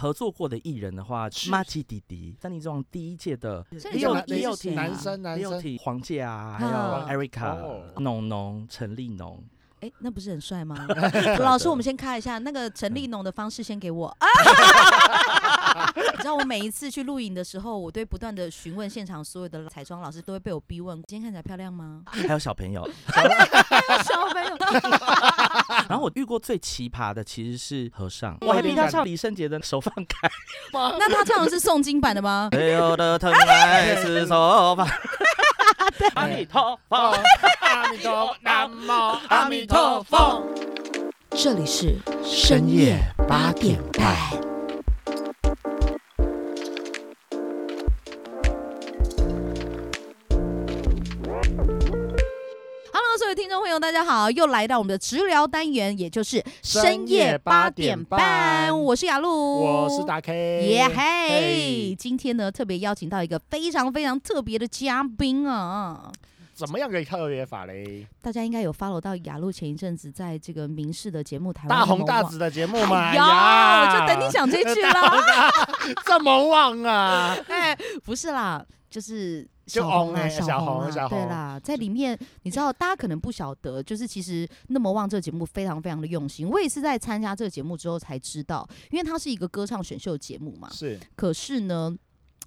合作过的艺人的话，是马奇弟弟、三立中第一届的所以李你就友没李认友识廷、啊男生男李友生廷、黄玠啊，还啊有 Erica 哦、农农、陈立农，哎，那不是很帅吗？ 老师，我们先看一下那个陈立农的方式，先给我 啊！你知道我每一次去录影的时候，我对不断的询问现场所有的彩妆老师，都会被我逼问：今天看起来漂亮吗？ 还有小朋友。小朋友， 然后我遇过最奇葩的其实是和尚，哇我还逼他唱李圣杰的《手放开》。那他唱的是诵经版的吗？所有的疼爱是手 放。阿弥陀佛。阿弥陀佛，南无阿弥陀佛佛。这里是深夜八点半。 Hello，所有听众朋友，大家好，又来到我们的直聊单元，也就是深夜八点半我是雅露，我是大 K，耶嘿嘿！今天呢，特别邀请到一个非常非常特别的嘉宾啊！怎么样可以特别法嘞？大家应该有 follow 到雅露前一阵子在这个民视的节目台湾大红联盟大网紫的节目嘛，哎哎呦就呀，等你讲这句啦。这么旺啊！哎，不是啦，就是就小红啦，红哎小啦小红小红对啦，在里面你知道，大家可能不晓得，就是其实那么旺这个节目非常非常的用心。我也是在参加这个节目之后才知道，因为它是一个歌唱选秀节目嘛， 是可是呢，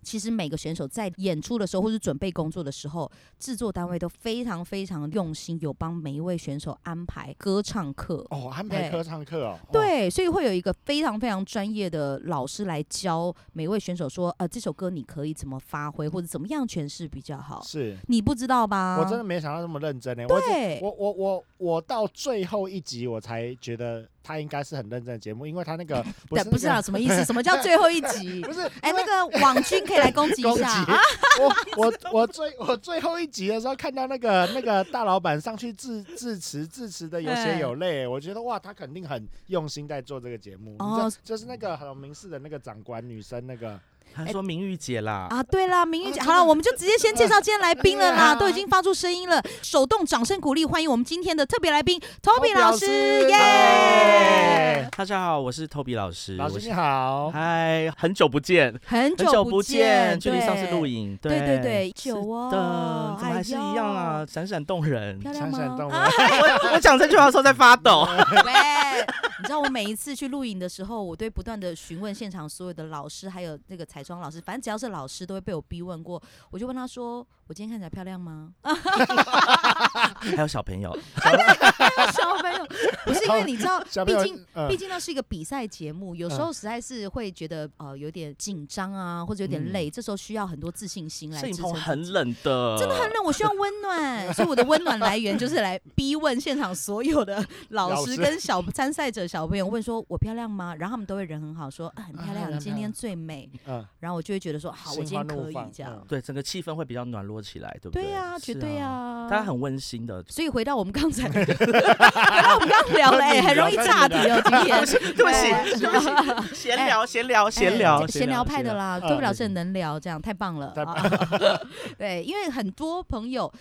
其实每个选手在演出的时候，或是准备工作的时候，制作单位都非常非常用心，有帮每一位选手安排歌唱课。哦，安排对歌唱课哦，哦，对，所以会有一个非常非常专业的老师来教每位选手说，呃，这首歌你可以怎么发挥，或者怎么样诠释比较好。是你不知道吧？我真的没想到这么认真呢。我只对我我我我到最后一集我才觉得他应该是很认真的节目，因为他那 个不是对不是那啊，个什么意思？什么 叫最后一集不？是哎，那个网军可以来攻击一攻击下 啊！我我我最我最后一集的时候看到那个那个大老板上去致致辞致辞的有嗯血有泪，我觉得哇，他肯定很用心在做这个节目。哦哦，就是那个很明示的那个长官女生那个，他说明玉姐啦，啊，对啦，明玉姐，啊好了，我们就直接先介绍今天来宾了啦， 啊都已经发出声音了，手动掌声鼓励，欢迎我们今天的特别来宾 Toby 老师，耶！耶！大家好，我是 Toby 老师，哎老我师是你好，嗨，很久不见，很很久不见，见，距离上次录影，影，对对对，是久哦，的，怎么哎还是一样啊呦？？闪闪动人。漂亮闪闪动吗？啊人， 我我讲这句话的时候在发 抖。喂，你知道我每一次去录影的时候，我对不断的询问现场所有的老师，还有那个彩妆老师，反正只要是老师都会被我逼问过，我就问他说：“我今天看起来漂亮吗？” 还有小朋友，啊小朋友，不是因为你知道， 小朋毕友竟。嗯毕竟那是一个比赛节目，有时候实在是会觉得呃有点紧张啊，或者有点嗯累，这时候需要很多自信心来摄支影撑棚。很冷呃的，真的很冷，我需要温 暖，所以我的温暖来源就是来逼问现场所有的老老师师跟小参赛者小朋友，问说我漂亮吗？然后他们都会人很好，说、啊、很漂啊亮，你今漂天亮最美。嗯，然后我就会觉得说好，我今心花天怒可以放这样。嗯对，整个气氛会比较暖络起来，对不对对呀、啊，绝对啊，大家很温馨 的，所以回到我们刚 才，回到我们刚聊了，哎、很容易岔题哦，今天。 对不 起，对不起，闲聊，闲聊，闲哎聊，啊闲聊派的。啦，闲聊对不了是很能聊，这样太棒了。太棒啊 对，因为很多朋友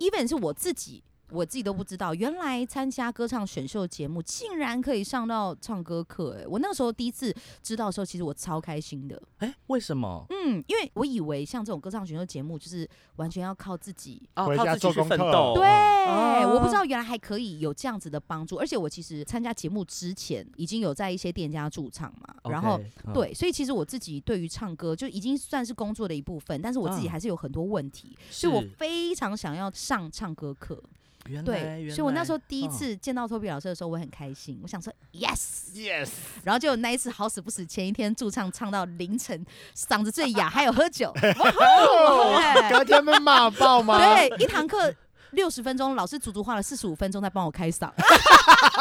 ，even 是我自己，我自己都不知道，原来参加歌唱选秀节目竟然可以上到唱歌课。哎，我那时候第一次知道的时候，其实我超开心的。哎，为什么？嗯，因为我以为像这种歌唱选秀节目，就是完全要靠自己啊回靠家自己做去功奋课斗。对，哦我不知道原来还可以有这样子的帮助，而且我其实参加节目之前已经有在一些店家驻唱嘛， OK，然后。嗯，对，所以其实我自己对于唱歌就已经算是工作的一部分，但是我自己嗯还是有很多问题，是所以我非常想要上唱歌课。原来对，原所以我那时候来第一嗯次见到托比老师的时候，我很开心，我想说 yes， Yes，然后就那一次好死不死，前一天驻唱唱到凌晨，嗓子最哑，还有喝 酒，哦对隔天被骂爆吗？ 对，一堂课六十分钟，老师足足花了四十五分钟在帮我开嗓，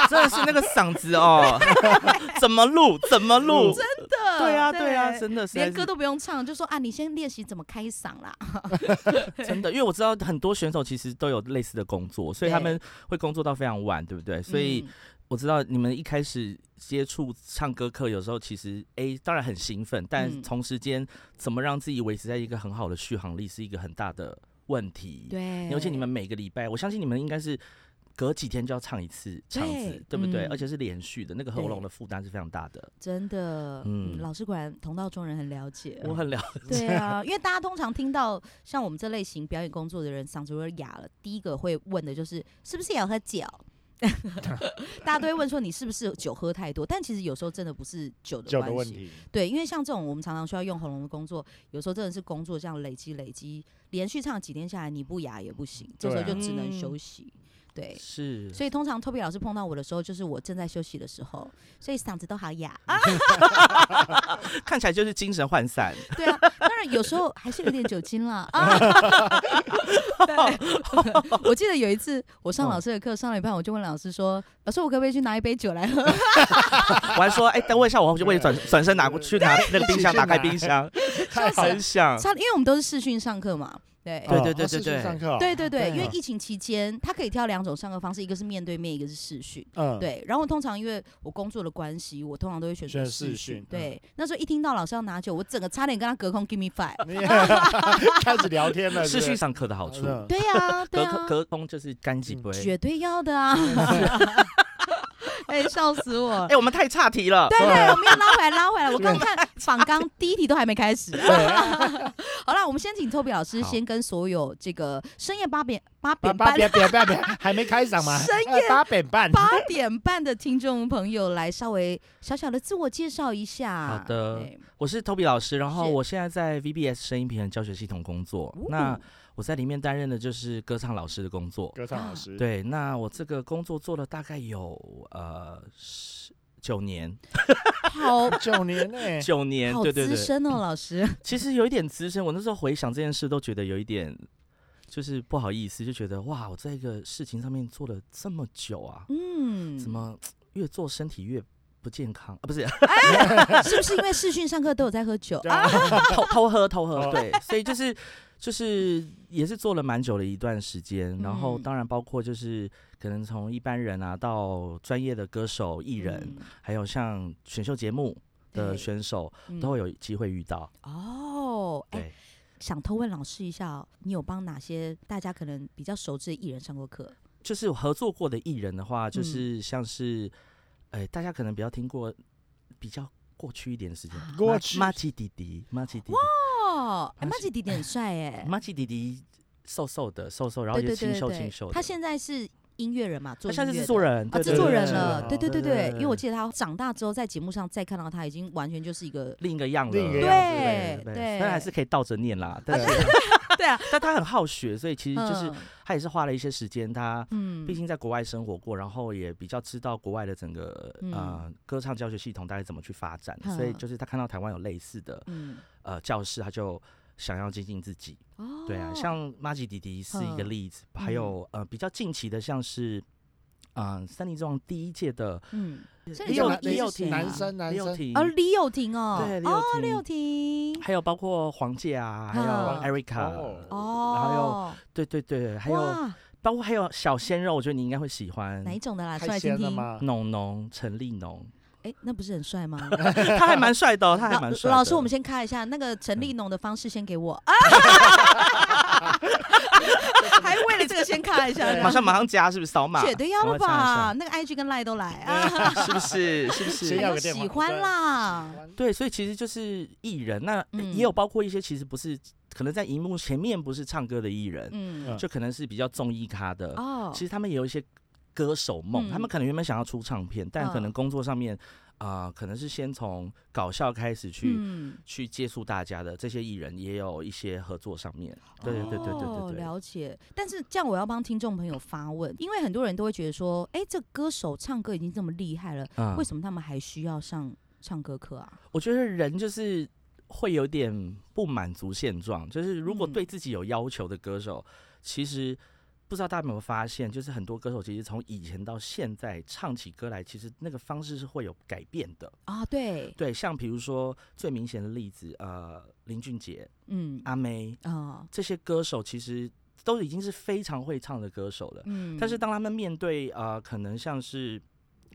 真的是那个嗓子 哦，怎么录怎么录？真的对啊对啊，真的是连歌都不用唱，就说啊，你先练习怎么开嗓啦。真的，因为我知道很多选手其实都有类似的工作，所以他对们会工作到非常晚，对不对？所以嗯我知道你们一开始接触唱歌课，有时候其实诶，当然很兴奋，但嗯同时间怎么让自己维持在一个很好的续航力，是一个很大的问题。对，尤其你们每个礼拜，我相信你们应该是隔几天就要唱一次场对子，对不对？嗯而且是连续的，那个喉对咙的负担是非常大的。真的，嗯，嗯老师果然同道中人，很了解。我很了对啊，因为大家通常听到像我们这类型表演工作的人嗓子如果哑了，第一个会问的就是是不是也有喝酒？ 大家都会问说你是不是酒喝太多？但其实有时候真的不是酒的酒的关问系，题，对，因为像这种我们常常需要用喉咙的工作，有时候真的是工作这样累积累积，连续唱几天下来你不哑也不行，这时候对啊就只能嗯休息。对，是，所以通常 Toby 老师碰到我的时候，就是我正在休息的时候，所以嗓子都好哑啊。看起来就是精神涣散。对啊，当然有时候还是有点酒精啦啊。对， 我记得有一次我上老师的课，上了一半我就问老师说：“老师，我可不可以去拿一杯酒来 喝。我还说，哎、等我一下，我就会转转身拿过去拿那个冰箱，打开冰箱，太好很想？”差，因为我们都是视讯上课嘛，对。对对对哦是对对去上课哦，对对对，因为啊疫情期间，他可以挑两种上课方式，一个是面对面，一个是视讯。嗯，对，然后通常因为我工作的关系，我通常都会选择选视视讯讯。对，那时候一听到老师要拿酒，我整个差点跟他隔空 give me five。你 也开始聊 天了，是是去不是上课的好处，嗯对呀、对隔呀、空隔空就是干几嗯杯。绝对要的啊！ 哎、笑死我！哎、我们太岔题了。 对对，对我们要拉回来，拉回来。我刚看访纲第一题都还没 开始。 好了，我们先请 Toby 老师好先跟所有这个深夜八点八八点八半点半半半还没开场吗？深夜八点半，八点半的听众朋友来稍微小小的自我介绍一下。好的对我是 Toby 老师，然后是我现在在 VBS 声音平衡教学系统工作。哦那我在里面担任的就是歌唱老师的工作。 歌唱老师，对，那我这个工作做了大概有呃十九年，好九 年呢，九年，好对对资对，深哦，老师。其实有一点资深，我那时候回想这件事，都觉得有一点就是不好意思，就觉得哇，我在一个事情上面做了这么久啊，嗯，怎？么越做身体越不健康啊？不是 是不是因为视讯上课都有在喝酒？ 对啊，偷偷喝偷哦喝，对，所以就是就是也是做了蛮久的一段时间，然后嗯当然包括就是可能从一般人啊到专业的歌手、 艺人，还有像选秀节目的嗯对选手，嗯都会有机会遇到。哦，哎、对，想偷问老师一下、哦，你有帮哪些大家可能比较熟知的艺人上过课？就是合作过的艺人的话，嗯就是像是，哎、大家可能比较听过，比较过去一点的时间，过马去马奇弟弟，马奇弟哦，哎，而马且吉弟弟很帅哎、弟，马奇弟弟瘦瘦的，瘦瘦，然后对又对对清对秀对清秀的。他现在是音乐人嘛，做他现在音乐是的制作。人，啊，对制对作对人对了，对对对对，因为我对记得他长大之后，在节目上再看到他，已经完全就是一个另一个样了，另一个对样对子对，对，虽然还是可以倒着念啦，啊但是对啊，但他很好学，所以其实就是嗯他也是花了一些时间，他嗯毕竟在国外生活过，然后也比较知道国外的整个嗯呃歌唱教学系统大概怎么去发展，所以嗯就是他看到台湾有类似的嗯呃教室，他就想要精进自己。哦，对啊，像马吉迪迪是一个嗯例子，还有呃比较近期的像是。嗯，三立中第一届的嗯，所以李你说友的李是友谁廷，啊男生男李友生廷哦，，李友廷哦，对李哦友，李友廷，廷，还有包括黄玠啊，还嗯有 Erica，哦哦，对对对，还有哇，包括还有小鲜肉，我觉得你应该会喜欢哪一种的啦？出太来听鲜了听。吗？农农陈立农，哎，那不是很帅吗？他还蛮帅的哦，他还蛮帅老的。老师，我们先开一下那个陈立农的方式，先给我啊，还为了这个先开一下，马上马上加是不是扫码？绝对要了赶快加吧？一那个 IG 跟 Line 都来 啊，下？是不是？是不谁是要？我喜欢啦，对，所以其实就是艺人，那嗯也有包括一些其实不是，可能在荧幕前面不是唱歌的艺人，嗯嗯就可能是比较综艺咖的。哦，其实他们也有一些歌手梦，嗯他们可能原本想要出唱片，但可嗯能工作上面啊，可能是先从搞笑开始去嗯，去接触大家的这些艺人，也有一些合作上面。对对对对哦对对对。了解。但是这样，我要帮听众朋友发问，因为很多人都会觉得说，哎，这歌手唱歌已经这么厉害了，嗯为什么他们还需要上唱歌课啊？我觉得人就是会有点不满足现状，就是如果嗯对自己有要求的歌手，其实不知道大家有没有发现，就是很多歌手其实从以前到现在唱起歌来，其实那个方式是会有改变的。啊，对，对，像比如说最明显的例子，呃，林俊杰、嗯，阿妹啊，这些歌手，其实都已经是非常会唱的歌手了。嗯，但是当他们面对呃，可能像是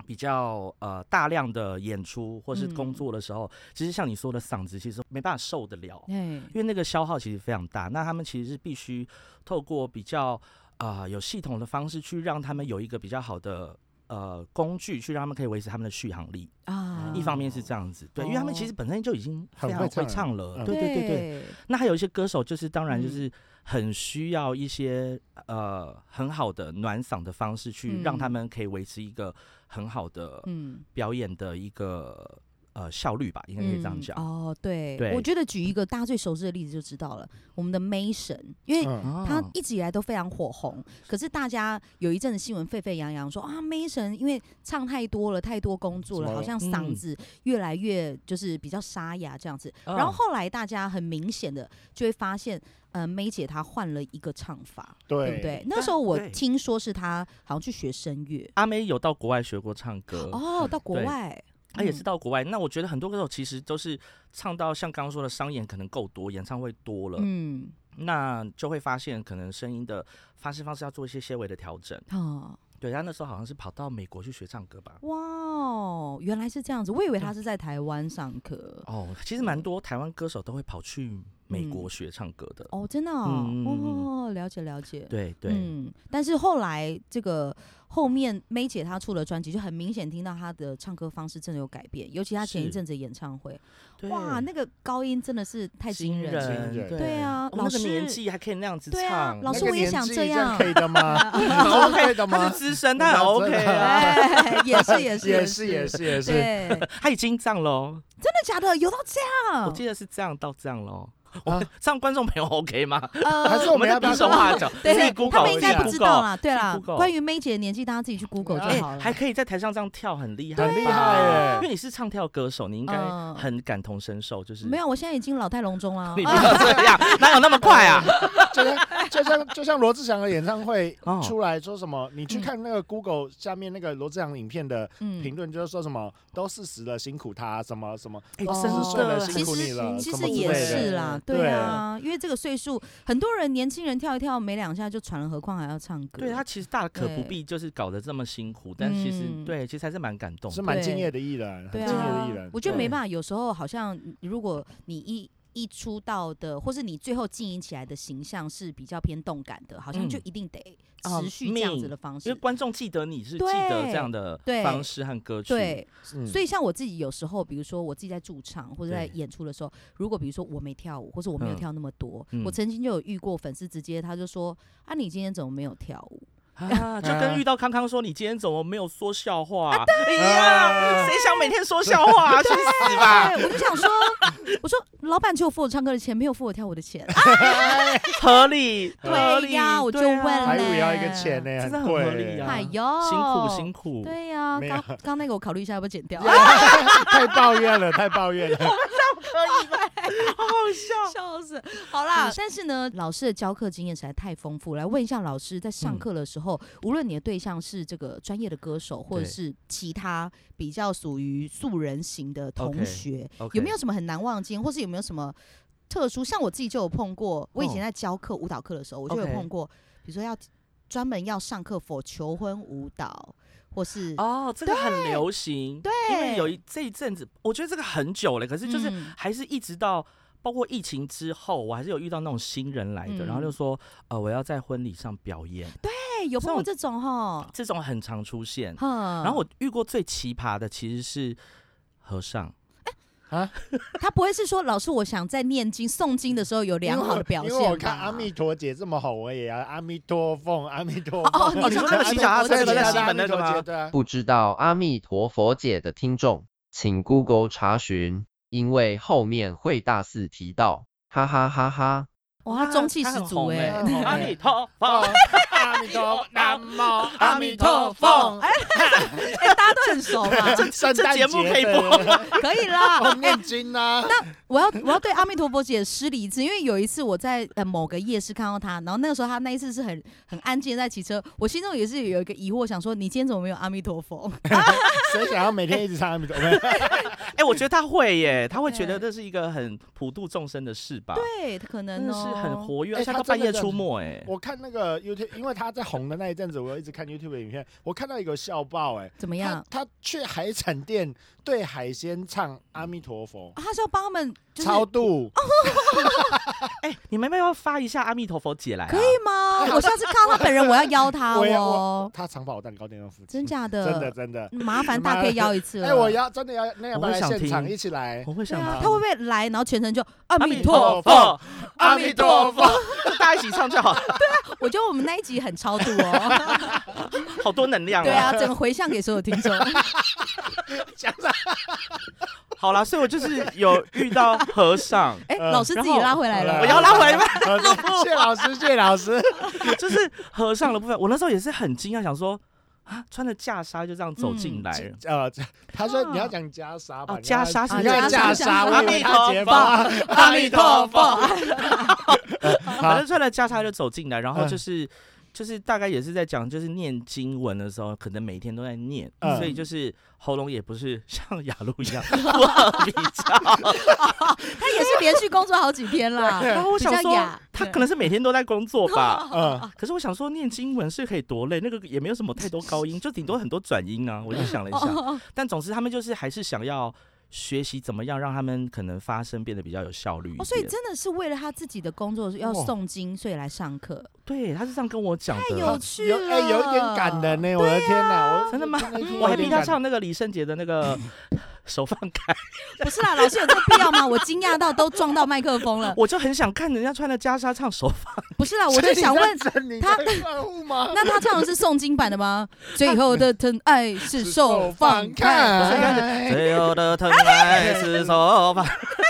比较呃大量的演出或是工嗯作的时候，其实像你说的嗓子其实没办法受得了，哎，因为那个消耗其实非常大。那他们其实是必须透过比较啊、有系统的方式去让他们有一个比较好的呃工具，去让他们可以维持他们的续航力。啊，一方面是这样子，对，因为他们其实本身就已经非很常会会唱唱了，嗯对对呃对对。那还有一些歌手，就是当然就嗯是很需要一些、呃很好的暖嗓的方式，去让他嗯们可以维持一个很好的嗯，表演的一个呃效率吧，应该可以这样嗯讲。哦，对，对我觉得举一个大家最熟知的例子就知道了，我们的 Mason，因为 嗯，他哦一直以来都非常火红，可是大家有一阵子新闻沸沸扬扬说啊，Mason 因为唱太多了，太多工作了，什么好像嗓嗯子越来越就是比较沙哑这样子。嗯然后后来大家很明显的就会发现，呃，May 姐她换了一个唱法，对不对对？那时候我对听说是她好像去学声乐，阿妹有到国外学过唱歌，哦，嗯到国呃对外，她也是到国外。那我觉得很多歌手其实都是唱到像刚刚说的商演可能够多，演唱会多了，嗯，那就会发现可能声音的发声方式要做一些些微的调整。哦，对，他那时候好像是跑到美国去学唱歌吧。哇哦，原来是这样子，我以为她是在台湾上课，哦，其实蛮多台湾歌手都会跑去美国嗯学唱歌的。哦，真的哦，嗯嗯嗯哦，了解了解，对对、嗯，但是后来这个后面 May 姐她出了专辑，就很明显听到她的唱歌方式真的有改变，尤其她前一是阵子演唱会，对，哇，那个高音真的是太惊人了。 惊人对啊哦老那个年师纪还可以那样子对啊唱，老师那个我也年想纪这样可以的吗 ？OK 他的吗是？资深，他很 OK 啊，哎，也是也是也是 也，是也是，对，真的他已经这样喽。假的？有到这我样？记得是这样到这样喽。我啊们这样观众朋友 OK 吗？还呃是我们们在要不比要手画脚， 对自己对，他 Google，们应该一下不知 Google 道啦，对啦。自己 Google 啊关于 May 姐的年纪，大家自己去 Google 哎就好了。还可以在台上这样跳，很厉害吧，很厉害耶因为你是唱跳歌手，你应该嗯很感同身受，就是没有，嗯我现在已经老态龙钟了你。不要这 样，哪有那么快啊？哦就像就像就像罗志祥的演唱会哦出来说什么，你去看那个 Google 下面那个罗志祥影片的嗯评论，就是说什么都四十了，辛苦他，什么什么哎都哦四十岁了，真的其辛苦你了，实其什实么之也类的是啦，对对啊，因为这个岁数，很多人年轻人跳一跳没两下就喘了，何况还要唱歌。对他啊其实大可不对必就是搞得这么辛苦，但其实嗯对，其实还是蛮感动是的。蛮敬业的艺人，很对敬业的艺啊人。，我觉得没对办法，有时候好像如果你一一出道的，或是你最后经营起来的形象是比较偏动感的，好像就嗯一定得啊哦持续这样子命的方因式为。观众记得你是记对得这样的对方式和歌曲，对，嗯所以像我自己有时候，比如说我自己在驻唱或者在对演出的时候，如果比如说我没跳舞，或者我没有嗯跳那么多，嗯我曾经就有遇过粉丝直接他就说：“啊，你今天怎么没有跳舞？” 啊，就啊跟遇到康康说你今天怎么没有说笑话一样，啊谁想每天说笑话 啊？去死吧！对，我就想说，我说老板只有付我唱歌的钱，没有付我跳舞 的钱。合理，合对理呀，我就对问啊排舞了，也要一个钱呢，真的很贵合理啊哎呦，辛苦辛苦，哦对呀，没有刚刚那个我考虑一下要不要剪 掉， 太抱怨了，太抱怨了。好好笑。笑死。好嗯啦，但是呢，老师的教课经验实在太丰富。来问一下老师，在上嗯课的时候，无论你的对象是这个专业的歌手，或者对是其他比较属于素人型的同 OK，学， OK 有没有什么很难忘的经验，或是有没有什么特殊？像我自己就有碰过，我以前哦在教课舞蹈课的时候，我就有 OK 碰过，比如说要专门要上课 for 求婚舞蹈，或是哦，这个很流行，对，因为有一这一阵子，我觉得这个很久了，可是就是嗯还是一直到。包括疫情之后，我还是有遇到那种新人来的，然后嗯就说，呃，我要在婚礼上表演，哎、有碰过这种哈，这种很常出现。哼，然后我遇过最奇葩的其实是和尚，哦啊他不会是说老师，我想在念经诵经的时候有良好的表现因为我看吧阿弥陀姐这么好，我也要阿弥陀佛，阿弥陀哦佛。哦你说那个骑脚踏车那个在西门那个吗对啊，不知道阿弥陀佛解的听众，请 Google 查询，因为后面会大肆提到，哈哈哈哈。哇，他中气他十很足红哎、欸 对阿弥陀佛哦，阿弥陀佛，南无阿弥陀哦佛。 哎、哎大家都很熟嘛，圣这诞节目可以对 播对对可以啦。我念经啊。我要我要对阿弥陀佛姐失礼一次，因为有一次我在呃某个夜市看到她，然后那个时候她那一次是很很安静地在骑车，我心中也是有一个疑惑，想说你今天怎么没有阿弥陀 佛？谁想要每天一直唱阿弥陀佛？ 哎、我觉得他会耶，他会觉得这是一个很普度众生的事吧，对，可真能的哦、是很活跃，哎而且他到半真的夜这样出没，哎，我看那个 YouTube，因为他在红的那一阵子，我一直看 YouTube 的影片，我看到一个笑爆哎、怎么他样？他去海产店对海鲜唱《阿弥陀佛啊》 哦他是要帮他们就是超度，哎、你们要不要发一下阿弥陀佛姐来、啊？可以吗？我下次看到他本人，我要邀他我也 哦，他常把我蛋糕店的附近真，假的？真的真的。麻烦大 K 邀一次了。哎，我要哎真的要，那要不我要来会想现场听一起来？我会对想啊，听他会不会来？然后全程就阿阿弥弥陀陀哦佛。佛，阿弥陀佛， 就大家一起唱就好了，我觉得我们那一集很超度 哦。好多能量对啊。啊，整个回向给所有听众。哎想啥？好啦，所以我就是有遇到和尚，哎，呃老师自己拉回来然后我了。要拉回来吧。好的谢老师，谢老师，就是和尚的部分，我那时候也是很惊讶，想说啊，穿着袈裟就这样走进来了。呃，他说你要讲袈裟吧哦，袈裟是啊你要袈裟袈裟，阿我以弥为陀他结巴，阿弥陀佛，反好正，穿了袈裟就走进来，然后嗯就是、就是大概也是在讲，就是念经文的时候，可能每天都在念，嗯所以就是喉咙也不是像雅露一 样我比较，他也是连续工作好几天啦。然后我比想较说雅，他对可能是每天都在工作吧。嗯，可是我想说，念经文是可以多累，那个也没有什么太多高音，就顶多很多转音啊。我就想了一下， 哦，但总之他们就是还是想要学习怎么样让他们可能发声变得比较有效率一点。哦所以真的是为了他自己的工作要哦诵经，所以来上课，对，他是这样跟我讲的。有趣有哎，有一点感人呢，我的天哪，我啊真的吗真的听我还有点逼他感唱那个李圣杰的那个手放开，不是啦，老师有这个必要吗？我惊讶到都撞到麦克风了。我就很想看人家穿着袈裟唱手放。不是啦，我就想问，他他客户吗？那他唱的是诵经版的吗？最后的疼爱是手放开， 所以开始哎最后的疼爱是手放。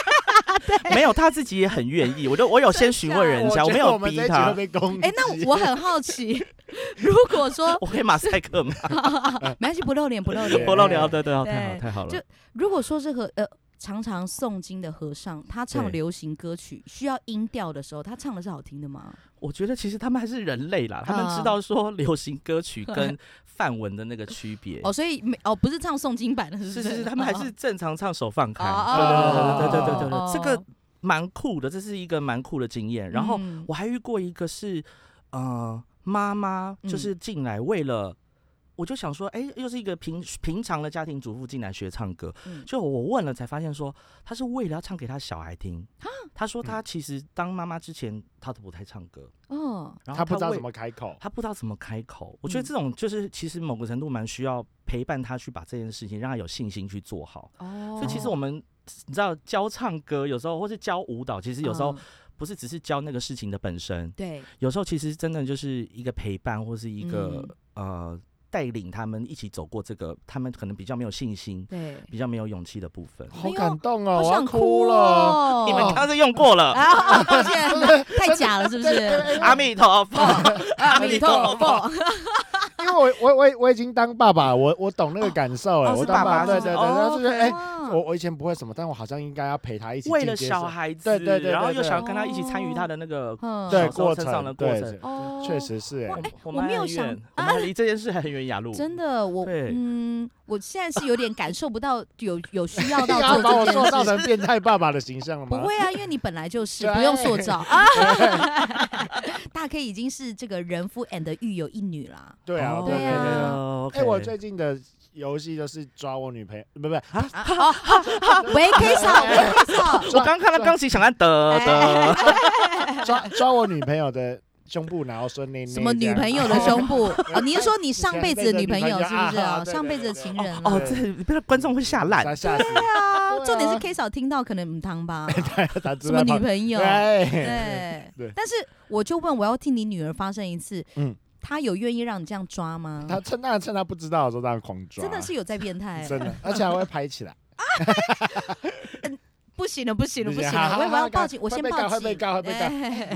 没有，他自己也很愿意。我就我有先询问人家，我我觉没得我有们逼这一集他会。被攻击。哎、那我很好奇，如果说我可以马赛克吗？ 没关系，不露脸，不露脸，不露脸，对对，对太好太好就了。如果说这个呃，常常诵经的和尚，他唱对流行歌曲需要音调的时候，他唱的是好听的吗？我觉得其实他们还是人类嗯啦，他们知道说流行歌曲 跟范文的那个区别。哦，所以没哦，不是唱诵经版的，是不是是？嗯是是，他们还是正常唱手放开。哦对对对对对对对哦对，这个蛮酷的，这是一个蛮酷的经验。然后嗯我还遇过一个是，呃，妈妈嗯就是进来为了，我就想说，哎、又是一个平平常的家庭主妇进来学唱歌，嗯就我问了才发现说，她是为了要唱给她小孩听。啊她说嗯她其实当妈妈之前她都不太唱歌，哦，然后他不知道为怎么开口，他不知道怎么开口。我觉得嗯这种就是其实某个程度蛮需要陪伴他去把这件事情让他有信心去做好。哦，所以其实我们你知道教唱歌有时候或是教舞蹈，其实有时候嗯不是只是教那个事情的本身，对有时候其实真的就是一个陪伴或是一个嗯、呃带领他们一起走过这个他们可能比较没有信心、对，比较没有勇气的部分。好感动哦，好我要想哭了。哦你们刚刚是用过了。啊，抱歉，太假了，是不是？阿弥陀佛，哦阿弥弥陀陀佛佛，因为我我我我已经当爸爸，我我懂那个感受哎，哦我是爸当爸爸对是对对，不是然后哦就是哎，我我我以前不会什么，但我好像应该要陪他一起为进了阶小上孩子，对对对对然后又对想要跟他一起参与他的那个嗯对小时候过成长程的过对程哦确实是哎哇，哎我我们没还有很想啊远，我们还离这件事还很远。雅露，真的，我对嗯，我现在是有点感受不到有有需 要你到要把做我这塑件造事。成变态爸爸的形象了不吗？会啊，因为你本来就是对不用塑造 啊。大 K 已经是这个人夫 and 育有一女啦。对啊，哦对对啊对。 OK，哎，我最近的游戏就是抓我女朋友，不不，啊好，好，好喂，K 嫂，喂，K 嫂，我刚看到钢琴想按哦得哎得， 抓抓我女朋友的胸部，然后说那什么女朋友啊的胸部？哦，你是说你上辈子的女朋友以前是不是啊啊？对上辈子的对对情对人啊哦了？哦，这不 然观众会吓烂。吓死， 对啊对 啊重点是 K 嫂听到可能唔汤吧，他什么女朋友？哎对，啊对对但是我就问，我要替你女儿发声一次，嗯她有愿意让你这样抓吗？他趁那趁他不知道的时候，当然狂抓，真的是有哎在变态、真的，而且还会拍 起来。不行了，不行了，不不行行了，好好我我好要好报警，我会先被报告警。会被告会被告哎，哎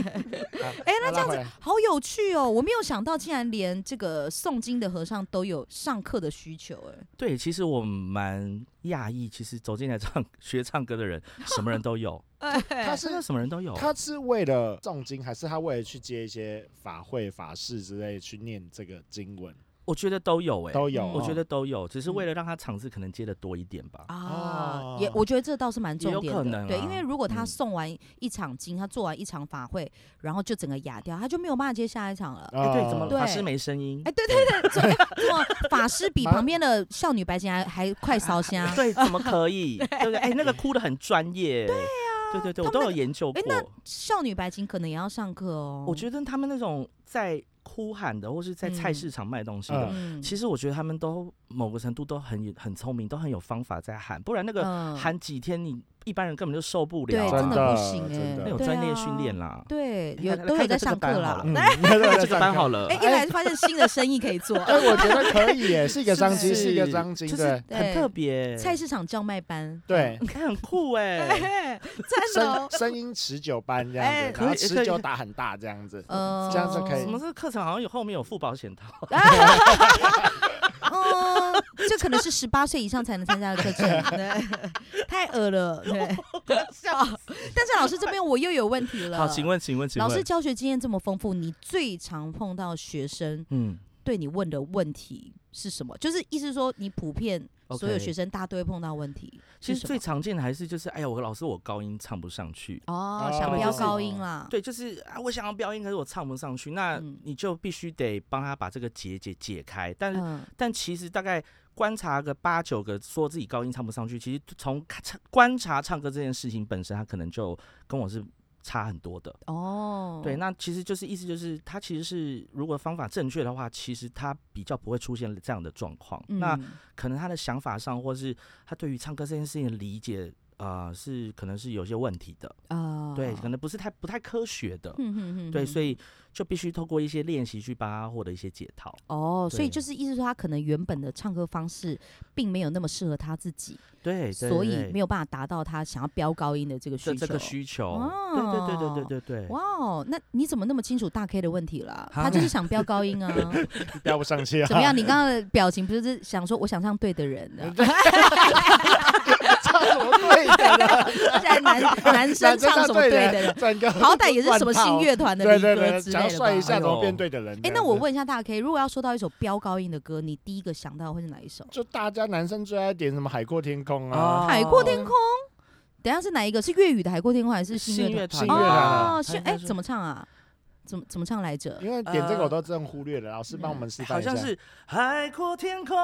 哎那这样子 好有趣哦！我没有想到，竟然连这个诵经的和尚都有上课的需求，哎，对，其实我蛮讶异，其实走进来唱 学唱歌的人，什么人都有， 哎他真的是什么人都有。他是为了诵经，还是他为了去接一些法会、法事之类去念这个经文？我觉得都有哎、都有哦，我 觉得都有，只是嗯为了让他场次可能接的多一点吧。啊，也哦我觉得这倒是蛮重有点可的，能对，啊因为如果他嗯送完一场经，他做完一场法会，然后就整个哑掉，他就没有办法接下一场了。哎、对，怎么啊对法师没声音？哎，对对对，怎么 怎么法师比蛮旁边的少女白净还还快烧 香？对，怎么可 以？对不对？哎、那个哭的很专业。对呀、对对对，我啊他们都有那研究哎过。那少女白净可能也要上课哦。我觉得他们那种在哭喊的，或是在菜嗯市场卖东西嗯的，嗯，其实我觉得他们都某个程度都很很聪明，都很有方法在喊，不然那个嗯喊几天，你一般人根本就受不对了、真啊。的不行真哎的那有对专业啊训练啦，对 哎有来来都开有个在这个上课班啦好 了嗯，那这个班好了。了哎，，一来就发现新的生意可 以做，哎，我觉得可以耶，是一个商机，就是一个商机，就是对很对特别，菜市场叫 卖班， 对，哎很酷哎。哎，真的声哦，声音持久班这哎样子，可然后以持可以久打很大这样子，呃这样就可以什么这个课程好像有后面有附保险 套，嗯，哦这可能是十八岁以上才能参加的课 程，对太恶了。对， 但是老师这边我又有问题了。好，请问，请问，请老问，师教学经验这么丰富，你最常碰到学生嗯，对你问的问题是什么？就是意思说，你普遍 OK 所有学生大家都会碰到问题其实是什么最？常见的还是就是，哎呀，我老师我高音唱不上去，哦，他想们飙啊就是高音啦，对，就是啊，我想要飙音，可是我唱不上去，那嗯你就必须得帮他把这个结解解开。但是，嗯，但其实大概观察个八九个，说自己高音唱不上去，其实从看唱观察唱歌这件事情本身，他可能就跟我是差很多的。哦，对，那其实就是意思就是，他其实是如果方法正确的话，其实他比较不会出现这样的状况。那嗯可能他的想法上，或是他对于唱歌这件事情的理解，啊，是可能是有些问题的，啊，对，可能不是太不太科学的，嗯哼哼对，哼所以就必须透过一些练习去帮他获得一些解套。哦，所以对就是意思说，他可能原本的唱歌方式并没有那么适合他自己，对，所以有没有办法达到他想要飙高音的这个需这求。这个需求，对对对哦对对对对，哇哦，那你怎么那么清楚大 K 的问题啦？哈他就是想飙 高音啊， 飙不上去啊。怎么样？你刚刚的表情不就是想说我想上对的人啊的，唱 什么对的呢？而且还男男生唱什么对的人，整个好歹也 是什么新乐团的对民对歌对，之想要类的帅一下哎吧。怎么呦变对的人？哎，这那样我子问一下大 K，如果要说到一首飙高音的歌，你第一个想到会是哪一首？就大家男生最爱点什么海阔天空哦啊，海阔天空。等一下是哪一个？是粤语的《海阔天空》还是新信乐乐团团信乐团啊哦，他是应哎，该是怎么唱啊？怎么怎么唱来着？因为点这个呃我都真忽略了，老师帮我们嗯示范好一下。像是海阔天空，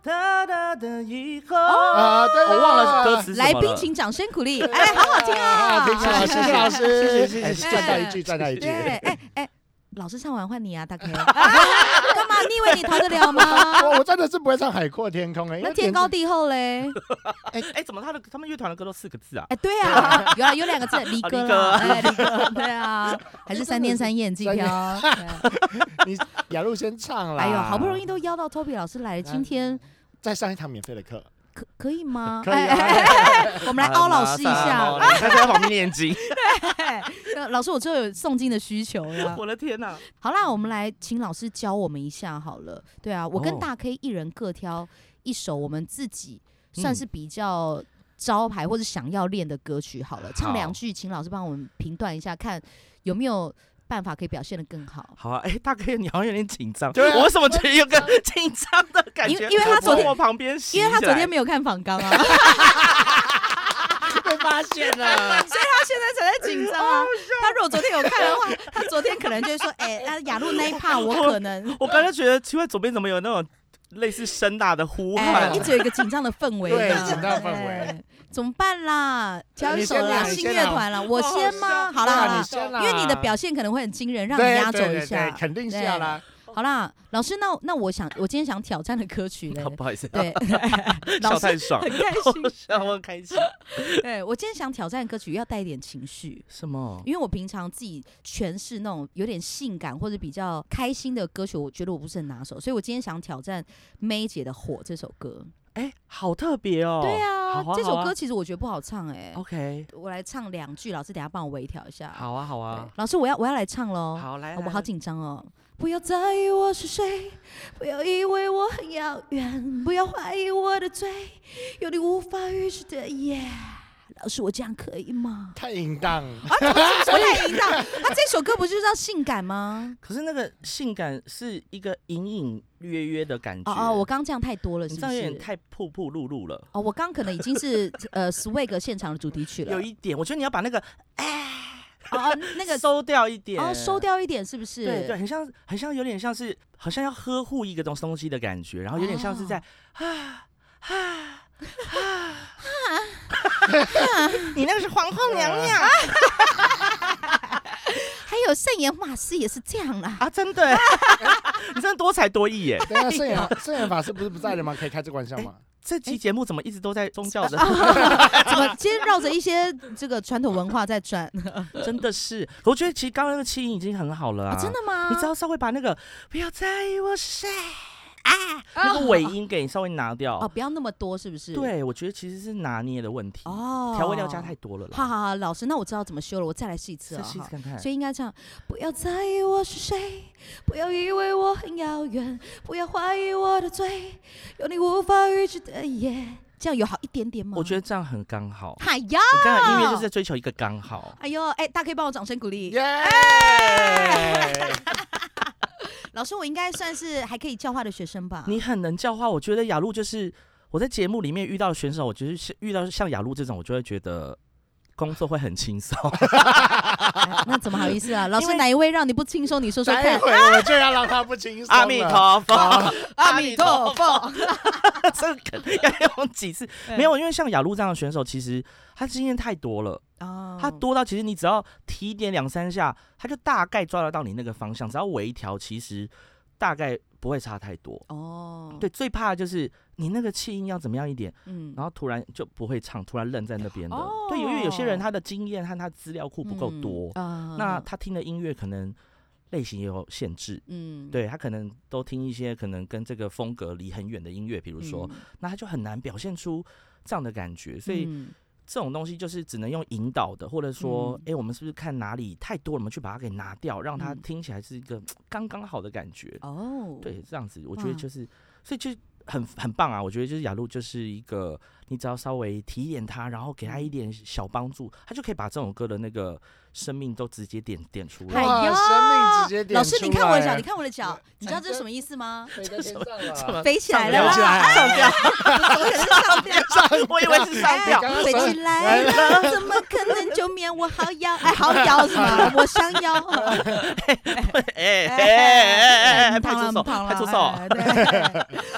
大大的以后。啊，对，我忘了歌词是什么哦来了。宾请掌声鼓 励，哎，好好听啊，啊！好听啊， 谢谢老师，谢谢谢谢谢谢赚到一句，赚到一句 对，。哎哎，老师唱完换你啊，大 K。啊 干嘛？你以为你逃得了 吗？我我真的是不会唱海阔天空哎，因那为天点高地厚嘞？哎哎，怎么他的他们乐团的歌都四个字啊？哎，对 啊，有啊有两个字，离歌啦，哦哎，离歌，对啊，还是三天三夜你自己啊三天挑。对雅露先唱啦。 哎呦，好不容易都邀到 Toby 老师来，今天再上一堂免费的课，可可以吗？可以啊哎哎哎 哎我们 来凹老师一下。 他在旁边念经。呃 老师，我就有诵经的需求了。我的天 哪！好啦，我们来请老师教我们一下好了。对啊，我跟哦大 K 一人各挑一首我们自己嗯算是比较招牌或者想要练的歌曲好了，唱好两句，请老师帮我们评断一下，看有没有办法可以表现的更好。好啊，哎，大哥，你好像有点紧张。对啊我为什么觉得有 个紧张的感因觉？为因为他昨天从我旁边袭因来，为他昨天没有看访纲啊，被发现了。 所以他现在才在紧张啊。他如果昨天有看的话，他昨天可能就会说：“哎、那雅露那一趴我可能……”我刚才觉得奇怪，左边怎么有那种类似声呐的呼哎，喊一？直有一个紧张的氛围，这对样紧张的氛围哎怎么办啦？挑一你首先啦，来你哦新先乐来团啦，我好先吗？笑好啦对好啊啦你，先啦，因为你的表现可能会很惊人，让你对压轴对对一对下。肯定下啦。好啦，老师，那那我想，我今天想挑战的歌曲嘞 好，不好意思， 对，老笑师太爽 很，开我心。笑我很开心。对我今天想挑战的歌曲要带一点情绪。什么？因为我平常自己诠释那种有点性感或者比较开心的歌曲，我觉得我不是很拿手，所以我今天想挑战 May 姐的《火》这首歌。哎，好特别哦。对啊，好啊这首好啊歌其实我觉得不好唱哎、 OK，我来唱两句，老师等下帮我微调一下。好啊，好对，啊，老师我要我要来唱喽。好来，哦我来好紧张哦。不要在意我是谁，不要以为我很遥远，不要怀疑我的罪，有你无法预知的夜。老师，我这样可以吗？ 太淫荡，啊什么太 淫荡？那这首歌不就是要性感吗？可是那个性感是一个隐隐约约的感觉。哦哦，我刚这样太多了，你是这不样有点是？太铺铺露露了，哦，我刚可能已经是呃 swag 现场的主题曲了。 有一点，我觉得你要把那个哦哦，啊那 个收掉一点，哦收。掉一点，是不是？对对，很像，很像，有点像是，好像要呵护一个东东西的感觉，然后有点像是在、哦啊啊啊啊 啊！你那个是皇后娘娘啊还有圣严法师也是这样 啦。啊真的 耶，你真的多才多艺耶！等一下圣严圣严法师不是不在了吗？可以开这个玩笑吗？这期节目怎么一直都在宗教的？啊怎么今天绕着一些这个传统文化在 转？ 啊真的是，我觉得其实刚刚那个气音已经很好了啊，啊真的吗？你只要稍微把那个不要在意我是谁啊，那个尾音给你稍微拿掉。哦哦，不要那么多，是不是？。对，我觉得其实是拿捏的问题，哦，调味料加太多了啦。好好好，老师，那我知道怎么修了，我再来试一次再哎啊、试哈看看。所以应该这样：不要在意我是谁，不要以为我很遥远，不要怀疑我的罪，有你无法预知的夜。这样有好一点点吗？我觉得，得这样很刚好。我哎呀，刚才音乐就是在追求一个刚好。哎呦，哎，大家可以帮我掌声鼓励。耶！老师，我应该算是还可以教化的学生吧？你很能教化，我觉得雅露就是我在节目里面遇到的选手，我觉得是遇到像雅露这种，我就会觉得工作会很轻松。哎那怎么好意思 啊？老因师为哪一位让你不轻松？你说说待看。会我就要让他不轻松了。阿弥陀哦佛，阿弥陀佛。这个梗 要用几次？没有，因为像雅露这样的选手，其实他经验太多了，哦他多到其实你只要提点两三下，他就大概抓得到你那个方向，只要微调，其实大概不会差太多。哦，对，最怕的就是你那个气音要怎么样一点，嗯然后突然就不会唱，突然愣在那边的。对，因为有些人他的经验和他资料库不够哦嗯多，啊那他听的音乐可能类型也有限制。嗯，对他可能都听一些可能跟这个风格离很远的音乐，比如嗯，说，那他就很难表现出这样的感觉。所以嗯这种东西就是只能用引导的，或者说，嗯哎、我们是不是看哪里太多，我们去把它给拿掉，让它嗯听起来是一个刚刚好的感觉。哦，对，这样子我觉得哇就是，所以就很很棒啊！我觉得就是雅露就是一个，你只要稍微提点他，然后给嗯他一点小帮助，他就可以把这首歌的那个生命都直接点点出哎 来。哇呦生命直接点老师，你看我的出脚，来哎你看我的脚，你知道真这是什么意思吗？飞在天上了，飞起来呃上了吊啦！上吊，怎么可能 上吊？我以为是上哎吊。 刚刚飞说起来了，怎么可能就免我好腰？哎，好腰是吗？我上腰。 哎哎哎哎！嗯派出所，胖了派出。胖所，了哎对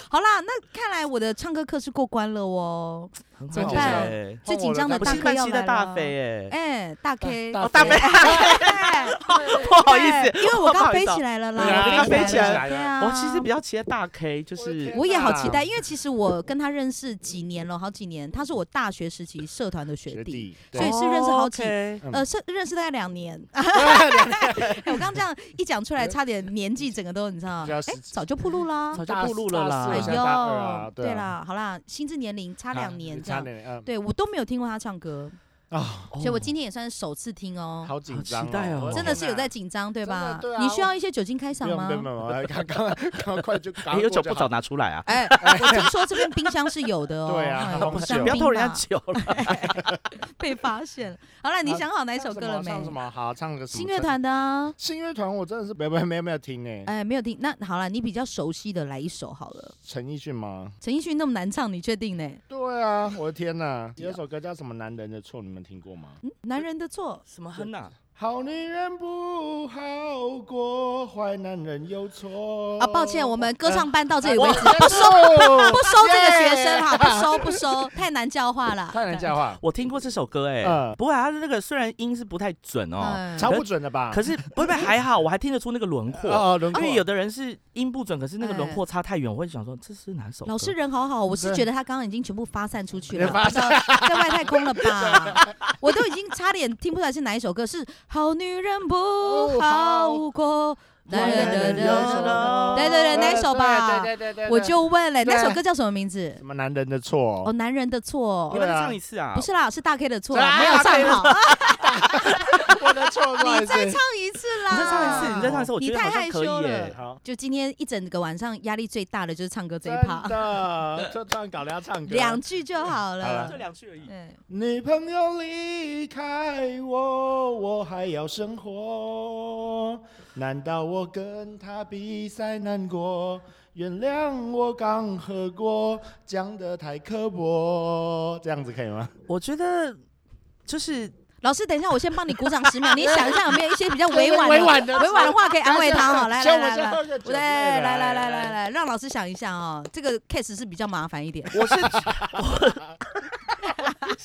好啦，那看来我的唱歌课是过关了哦。很怎么好办哎最紧张的不大是哥曼要西的来了。大飞哎，哎，大 K，大哦大飞飞，哎 不好意思，因为我不刚好意飞思哦起来了对啊啦，刚飞起来了。对啊，我其实比较期待大 K，就我的天是哪我也好期待，因为其实我跟他认识几年了，好几年。他是我大学时期社团的学学弟，弟，所以是认识好几哦，OK 嗯呃，是认识大概两年。哎我刚刚这样一讲出来，差点年纪整个都你知道，就要哎十，早就铺路啦早。就大暴露了啦大四哎我我现在大二啊呦，对对啊，啦，好啦，心智年龄差两年这差样。两年，对我都没有听过他唱歌，嗯啊，所所以我今天也算是首次听哦，好紧张，好期待哦我真的是有在紧张对真的吧对？啊你需要一些酒精开不嗓用吗不？用不用，不用刚刚刚快就哎，有酒不早拿出来啊！哎，我听说这边冰箱是有的哦， 对啊哎红不酒像不要冰偷人家吧酒了， 被发现了。好了，你想好哪一首歌了没？唱什么？好，唱个什么新乐。团的啊，新乐团，我真的是没有没有没有没有听欸诶，哎，没有听。那好了，你比较熟悉的来一首好了。陈奕迅吗？陈奕迅那么难唱，你确定呢？对啊，我的天哪！有一首歌叫什么《男人的错》，你们听过吗？嗯，男人的错，什么哼啊？好女人不好过，坏男人有错。哎啊，抱歉，我哦们歌唱班到这里我为止，不收收 不收这个学生哈，不收不收，太难教化了，太难。讲话，我听过这首歌哎、嗯不过它那个虽然音是不太准哦，嗯超不准的吧？可是不会不会还好，我还听得出那个轮廓。哦，轮因廓为有的人是音不准，可是那个轮哎廓差太远，我会想说这是哪首歌？老师人好好，我是对觉得他刚刚已经全部发散出去了，发到在外太空了吧？我都已经差点听不出来是哪一首歌，是《好女人不好过》。对男人的对错对对对，那一首吧。对对对对，我就问了，对那首歌叫什么名字什？么男人的哦，错？男人的错哦你对，们再唱一次啊！不是啦，是大 K 的错啊啦，没有唱好。我的错，不好意你思再唱一次啦，你再唱一次你再唱唱的时候，我啊你觉得好太像害可以羞耶、了好，就今天一整个晚上压力最大的就是唱歌这真一趴，的，就突然搞了要唱歌。两句就好好了嗯了。就两句而已。对，女朋友离开我，我还要生活。难道我跟她比赛难过？原谅我刚喝过，讲的太刻薄。这样子可以吗？我觉得就是老师，等一下，我先帮你鼓掌十秒。你想一下有没有一些比较委婉、委婉的委婉的话可以安慰他哈？来先来我来先喝来，个酒对，来来来来来，来，让老师想一下哦。这个 case 是比较麻烦一点。我是我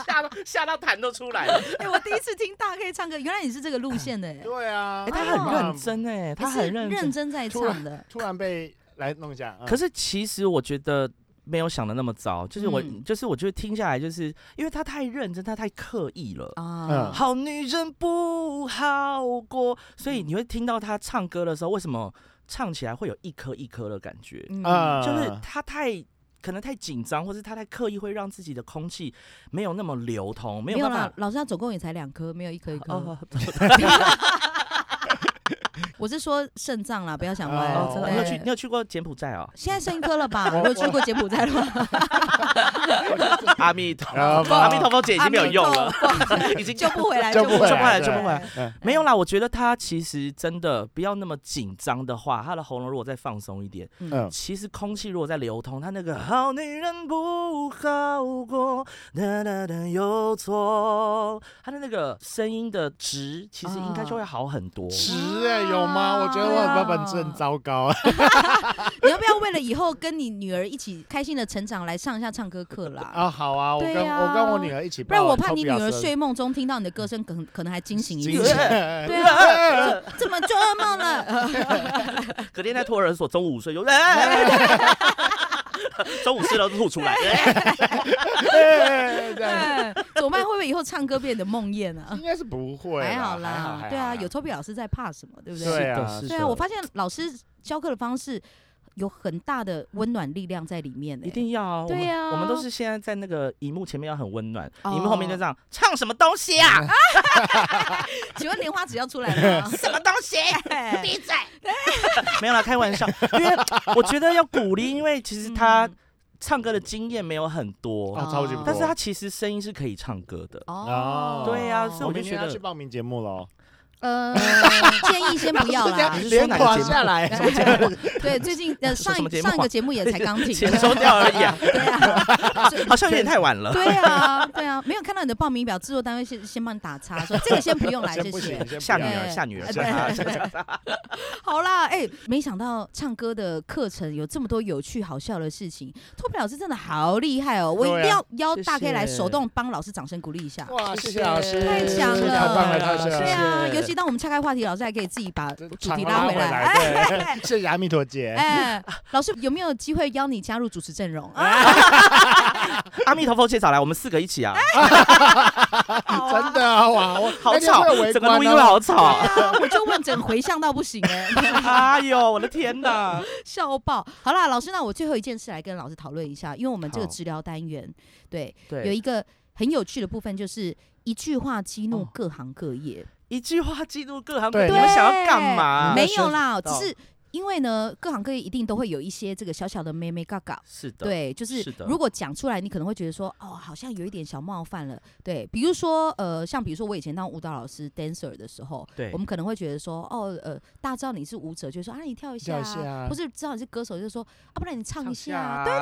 吓到吓到痰都出来 了。哎，我第一次听大 K 唱歌，原来你是这个路线的耶，对啊哎、，他很认真哎、他哦是很认认真啊在唱的。突然被来弄一下，嗯可是其实我觉得没有想的那么糟，就是我、嗯就是我觉得听下来，就是因为他太认真，他太刻意了。啊， 好女人不好过，所以你会听到他唱歌的时候，为什么唱起来会有一颗一颗的感觉？嗯，啊，就是他太可能太紧张，或是他太刻意，会让自己的空气没有那么流通，没没有有办啦法。，老师他总共也才两颗，没有嗯一颗一颗。哦，我是说肾脏啦，不要想歪哦哦真的，对你有去你有去过柬埔寨 哦？现在剩一颗了吧？我我有去过柬埔寨了吗？阿弥 陀佛，啊阿弥陀佛姐已啊经没有用了，够够 已经救不回来，救不回来对救不回来嗯没有啦。我觉得他其实真的不要那么紧张的话，他的喉咙如果再放松一点，嗯，其实空气如果在流通，他那个好女人不好过，哒哒哒有错，他的那个声音的值其实应该就会好很多。值哎有吗？我觉得我的版本是很糟糕，你要不要为了以后跟你女儿一起开心的成长来上一下唱歌课啦？啊，好啊，我对跟、啊我跟我女儿一起报，不然我怕你女托比儿亚斯睡梦中听到你的歌声，可能可能还惊醒一惊次 醒。对对，啊，就怎么做噩梦了？隔天在托儿所，中午午睡就，哎中午吃了吐出来。哎对这样对，怎么办？会不会以后唱歌变你的梦魇啊应？该是不 会啦，还好还好啦，对啊，哦有 Toby 老师在，怕什么？对不是对？对啊是的是的对啊，我发现老师教课的方式有很大的温暖力量在里面呢一。定要啊！对啊我们，我们都是现在在那个荧幕前面要很温暖，哦荧幕后面就这样唱什么东西啊？请问莲花指要出来了吗？哎什么东 西？对没有啦，开玩笑，因为我觉得要鼓励，因为其实他嗯唱歌的经验没有很多，啊，超级不多，但是他其实声音是可以唱歌的。哦，对啊所以我我就明天觉要得去报名节目哦喽，呃，建议先不要 啦。是说连哪个垮哎节目 下来，对，最近 呃上什么一节目啊上一个节 目也才刚停，钱收掉而已啊 对啊，所以好像有点太晚了。对啊，对啊，没有看到你的报名表，制作单位先先帮你打叉，说这个先不 用来，先谢不谢行，。先吓不女要儿，对哎吓女儿，对吓她吓她 好啦，哎、没想到唱歌的课程有这么多有趣好笑的事情，托比老师真的好厉害哦！我一对啊定要邀大谢 K 谢来手动帮老师掌声鼓励一下。 哇，谢谢老师，太强了太棒了，太谢对强了，啊，谢尤其当我们岔开话题，老师还可以自己把这主场题拉拉回回来。 来，对，谢谢阿弥陀姐，哎、老师有没有机会邀你加入主持阵容啊？阿弥陀佛，借找来，我们四个一哎起啊！好啊真的啊哇，我好吵，整个录音会好吵。对啊我就问整回向到不行 哎、哎呦，我的天哪！ 笑爆！好啦，老师，那我最后一件事来跟老师讨论一下，因为我们这个好治疗单元，对，有对，一个很有趣的部分，就是一句话激怒哦各行各业。一句话激怒各行各对业，你们想要干嘛？没有啦，只到是因为呢，各行各业一定都会有一些这个小小的妹妹嘎嘎。是的，对，就是的如果讲出来，你可能会觉得说，哦，好像有一点小冒犯了。对，比如说，呃，像比如说我以前当舞蹈老师 dancer 的时候，对我们可能会觉得说，哦，呃，大家知道你是舞者，就说啊，你跳一下跳啊，一下不是知道你是歌手，就说啊，不然你唱一唱下下啊，啊，对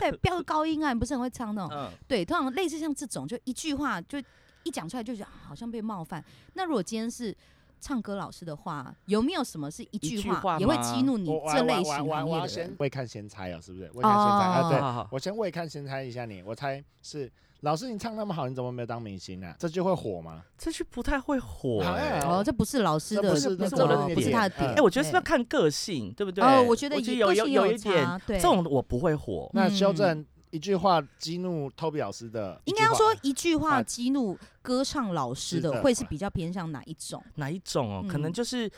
对对对，飙高音啊，你不是很会唱那种。嗯，对，通常类似像这种，就一句话就一讲出来就觉得、啊好像被冒犯。那如果今天是唱歌老师的话，有没有什么是一一句句话话也会吗激怒你我我这类我型我行我业要的先人？哦未看先猜哦，是不是？未看先猜啊，对好，好好，我先未看先猜一下你，我猜是老师，你唱那么好，你怎么没有当明星啊？这句会火吗？这句不太会火好哎。哦，这不是老师这的，不是那这不是我的个点不是他的嗯点。哎，我觉得是不是要对看个性，对不对？哦，我觉得觉得也有个有性有一差点，对，这种我不会火。那嗯修正一句话激怒 Toby 老师的一应句话，该要说一句话啊激怒歌唱老师是的，的啊会是比较偏向哪一种？哪一种哦？可能嗯就是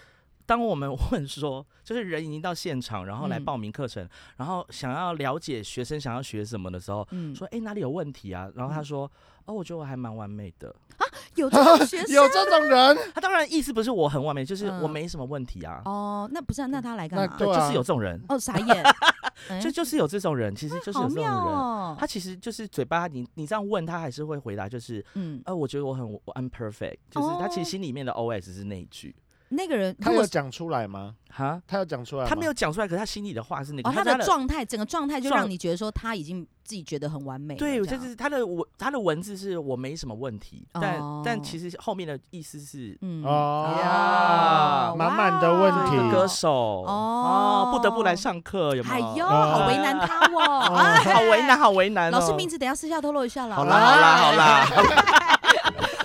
当我们 问说，就是人已经到现场，然后来嗯报名课程，然后想要了解学生想要学什么的时候，嗯，说哎、诶哪里有问题啊？然后他说哦，我觉得我还蛮完美的。有这种学生有这种人，他当然意思不是我很完美，就是我嗯没什么问题啊。哦，那不是啊那他来干嘛那？对啊就是有这种人，哦，傻眼，哎就就是有这种人，其实就是好有这种妙人。哦，他其实就是嘴巴，你你这样问他还是会回答，就是嗯，呃，我觉得我很我 I'm perfect，就是他哦其实心里面的 OS 是那一句那个人他如果有是讲出来吗？哈，他有讲出来吗？他没有讲出来，可是他心里的话是那个，哦，他他的状态，整个状态就状让你觉得说他已经自己觉得很完美了，对，这就样是他的文他的文字是我没什么问题，但哦但其实后面的意思是嗯哦呀满满的问这题个歌哇手哦不得不来上课，有没哎有？呦，好为难他哦，哎 好为 难，好为难哦。老师名字等一下私下透露一下啦。好啦好啊啦好 啦，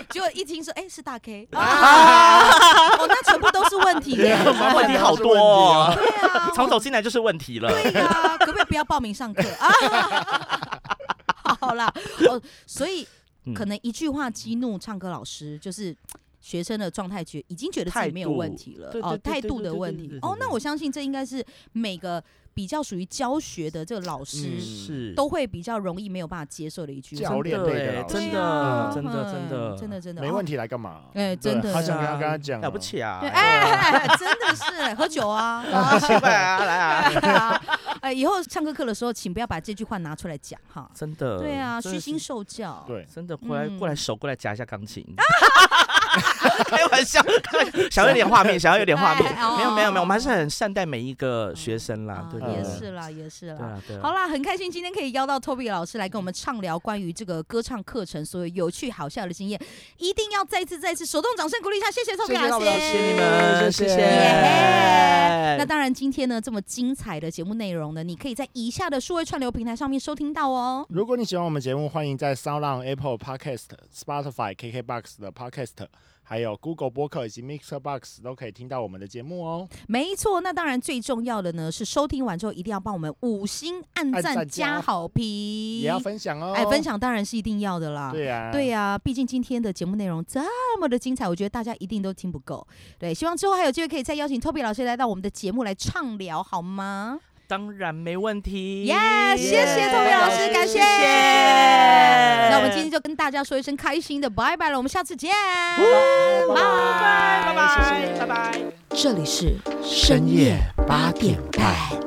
结果一听说，哎，是 大 K，啊，哦，那全部都是问题耶，好啦问题好多满满哦，对 啊，从走进来就是问题了。对呀，可不可以不要报名上课 啊？好啦，哦，所以嗯可能一句话激怒唱歌老师，就是学生的状态觉已经觉得自己没有问题了态，度哦，对对对态度的问对对题对对。对哦，那我相信这应该是每个比较属于教学的这个老嗯师是都会比较容易没有办法接受的一句教话。练类的老真师，的啊真的真嗯的真的真的没问题。题来干嘛？哎对真的好想跟他对啊跟他讲哦了不，起啊对，， 哎，真的是喝酒啊！ 啊奇怪啊，来 啊，对啊哎，以后上课课的时候，请不要把这句话拿出来讲哈。真的，对啊，真的虚是心受教。对，真的过来嗯过来手过来夹一下钢琴。 开玩笑，想要有点画 面，想要有点画面。哎哦没有没有没有，我们还是很善待每一个学生啦啊，对也对是啦，也是对啦。啊对啊。好啦，很开心今天可以邀到 Toby 老师来跟我们畅聊关于这个歌唱课程所有有趣好笑的经验，一定要再次再次手动掌声鼓励一下，谢谢 Toby 谢谢老 Toby 师，老谢师谢你们，谢谢谢谢耶。那当然，今天呢这么精彩的节目内容呢，你可以在以下的数位串流平台上面收听到哦。如果你喜欢我们节目，欢迎在 s o u n Apple Podcast、Spotify、KKBox 的 Podcast，还有 Google 播客以及 Mixer Box 都可以听到我们的节目哦。没错，那当然最重要的呢是收听完之后一定要帮我们五星按按赞赞加加好评，也要分享哦，哎，分，享当然是一定要的啦。对啊呀，对呀、毕竟今天的节目内容这么的精彩，我觉得大家一定都听不够。对，希望之后还有机会可以再邀请 Toby 老师来到我们的节目来畅聊，好吗？当然没问题。耶、谢谢 Toby 老师，感谢。谢谢哎那我们今天就跟大家说一声开心的拜拜了，我们下次见，拜拜拜拜拜拜拜拜。这里是深夜八点半。